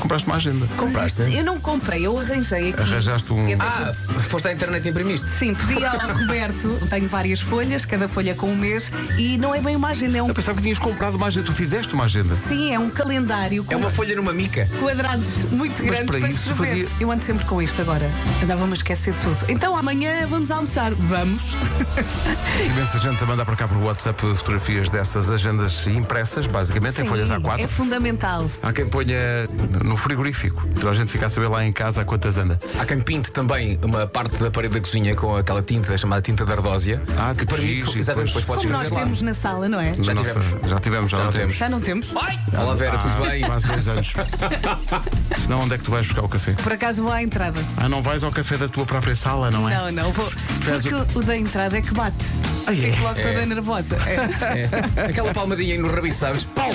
compraste uma agenda. Compraste? Eu não comprei, eu arranjei aqui. Arranjaste um. Eu- Ah, foste à internet e imprimiste? Sim, pedi ao Roberto, tenho várias folhas, cada folha com um mês, e não é bem uma agenda, é um. Eu pensava que tinhas comprado uma agenda, tu fizeste uma agenda. Sim, é um calendário com É uma folha numa mica. quadrados muito Mas grandes para para, isso escrever. fazia- Eu ando sempre com isto agora. Andava-me a esquecer tudo. Então amanhã vamos almoçar. Vamos. Imensa gente a mandar para cá por WhatsApp fotografias dessas agendas impressas, basicamente, em folhas Sim, A4. É fundamental. Há quem ponha no frigorífico, para a gente ficar a saber lá em casa a quantas anda. Há quem pinte também uma parte da parede da cozinha com aquela tinta chamada tinta de ardósia. Ah, que que permite. giro, exatamente, pois. depois podes Como nós fazer lá. temos na sala, não é? Já Na tivemos. Já tivemos, já, Já não não temos. Já não temos? Olá Vera, tudo bem? Quase dois anos. Não, onde é que tu vais buscar o café? Por acaso vou à entrada. Ah, não vais ao café da tua própria sala, não é? Não, não, vou. Faz o- Porque o da entrada é que bate. Fico logo toda nervosa. É. É. Aquela palmadinha aí no rabito, sabes? Pau!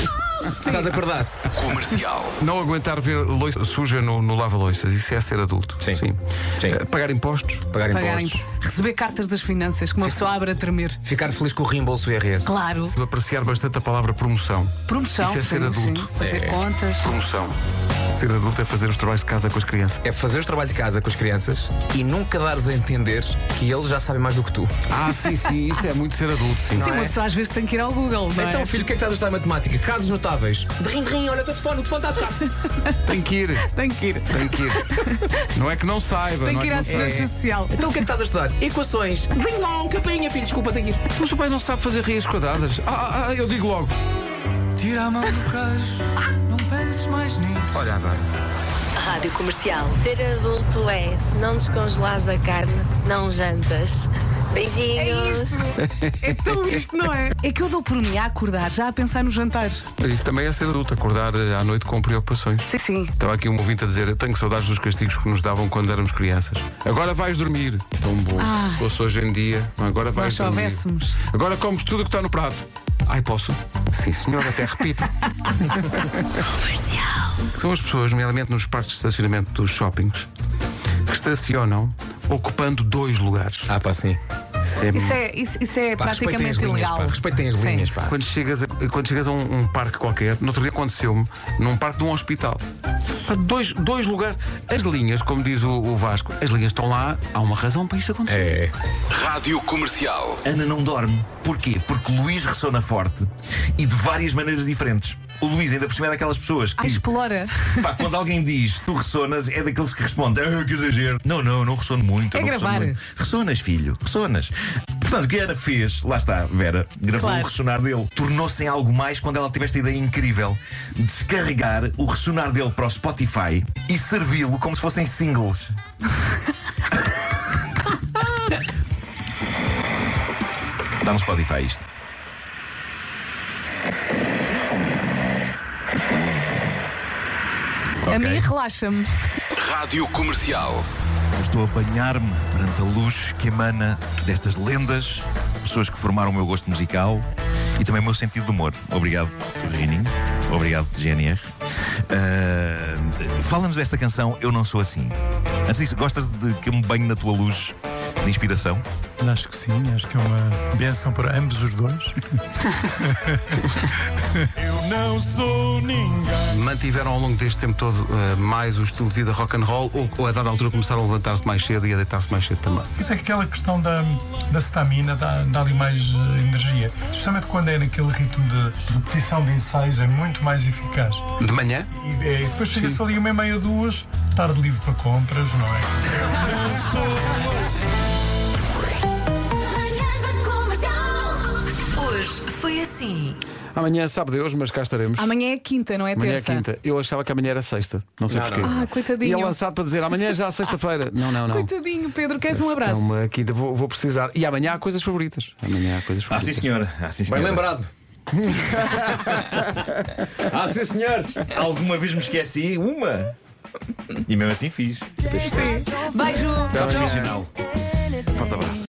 Estás a acordar? Comercial. Não aguentar ver loiça suja no, no lava-loiças, isso é ser adulto. Sim. Sim. Eh, pagar impostos. Pagar Pagarem- impostos. Receber cartas das finanças que uma pessoa abre a tremer. Ficar feliz com o reembolso do IRS. Claro. Apreciar bastante a palavra promoção. Promoção. Isso é ser sim, adulto. sim. Fazer contas. Promoção. Ser adulto é fazer os trabalhos de casa com as crianças. É fazer o trabalho de casa com as crianças e nunca dares a entender que eles já sabem mais do que tu. Ah, sim, sim, isso é muito ser adulto, sim. Sim, uma pessoa às vezes tem que ir ao Google. Não é? Então, filho, o que é que estás a estudar em matemática? Casos notáveis. De rim, rim, olha o teu telefone, o telefone está a tocar. Tem que ir, tem que ir. tem que ir. Não é que não saiba. Tem não que é ir à não saiba. segurança social. Então, o que é que estás a estudar? Equações. Ding dong, campainha, filho, desculpa, tem que ir. Mas o pai não sabe fazer raízes quadradas. Ah, ah, ah, eu digo logo. Tira a mão do queijo, não penses mais nisso. Olha agora. Rádio Comercial. Ser adulto é, se não descongelas a carne, não jantas. Beijinhos. Então isto não é. É que eu dou por mim a acordar já a pensar nos jantares. Mas isso também é ser adulto, acordar eh, à noite com preocupações. Sim, sim. Estava aqui um ouvinte a dizer: Eu tenho saudades dos castigos que nos davam quando éramos crianças. Agora vais dormir. Tão bom. Ah. Posso hoje em dia. Agora vais nós só dormir. houvéssemos. Agora comes tudo o que está no prato. Ai, posso? Sim, senhor, até repito. São as pessoas, nomeadamente nos parques de estacionamento dos shoppings, que estacionam ocupando dois lugares. Ah, pá, sim. Isso é Isso é, isso, isso é Pá, respeitem as praticamente linhas, ilegal. pá. Respeitem as Sim. linhas, pá. Quando chegas a, quando chegas a um, um parque qualquer, no outro dia aconteceu-me num parque de um hospital. Pá, Dois, dois lugares. As linhas, como diz o, o Vasco, as linhas estão lá, há uma razão para isso acontecer. É. Rádio Comercial. Ana não dorme. Porquê? Porque Luís ressona forte e de várias maneiras diferentes. O Luís ainda por cima é daquelas pessoas Ah, que, explora. pá, quando alguém diz tu ressonas, é daqueles que responde, ah, que exagero. Não, não, não ressono muito. É eu não ressono gravar. muito. Ressonas, filho, ressonas. Portanto, o que a Ana fez, lá está, Vera, gravou Claro. o ressonar dele. Tornou-se em algo mais quando ela teve esta ideia incrível de descarregar o ressonar dele para o Spotify e servi-lo como se fossem singles. Está Tá no Spotify isto. A mim relaxa-me. Rádio Comercial. Estou a banhar-me perante a luz que emana destas lendas, pessoas que formaram o meu gosto musical e também o meu sentido de humor. Obrigado, Rininho. Obrigado, GNR. Ah, Fala-nos desta canção Eu Não Sou Assim. Antes disso, gostas de que eu me banhe na tua luz de inspiração? Acho que sim, acho que é uma benção para ambos os dois. Eu não sou É. ninguém. Mantiveram ao longo deste tempo todo eh, mais o estilo de vida rock and roll ou, ou a dada altura começaram a levantar-se mais cedo e a deitar-se mais cedo também. Isso é aquela questão da, da stamina, dá, dá-lhe mais eh, energia. Especialmente quando é naquele ritmo de repetição de ensaios, é muito mais eficaz. De manhã? E é, depois chega-se ali uma e meia, duas, tarde livre para compras, não é? Manhãs da Comercial. Hoje foi assim. Amanhã sabe Deus, mas cá estaremos. Amanhã é quinta, não é Amanhã é terça? quinta. Eu achava que amanhã era sexta. Não sei Não, porquê. não. Ah, coitadinho. E é lançado para dizer amanhã já é sexta-feira. Não, não, não. Coitadinho, Pedro, queres um É abraço? uma quinta, vou, vou precisar. E amanhã há coisas favoritas. Amanhã há coisas Ah, favoritas. sim, senhora. Ah, sim, Bem senhora. lembrado. ah, sim, senhores. Alguma vez me esqueci? Uma! E mesmo assim fiz. Beijo. Profissional. Forte abraço.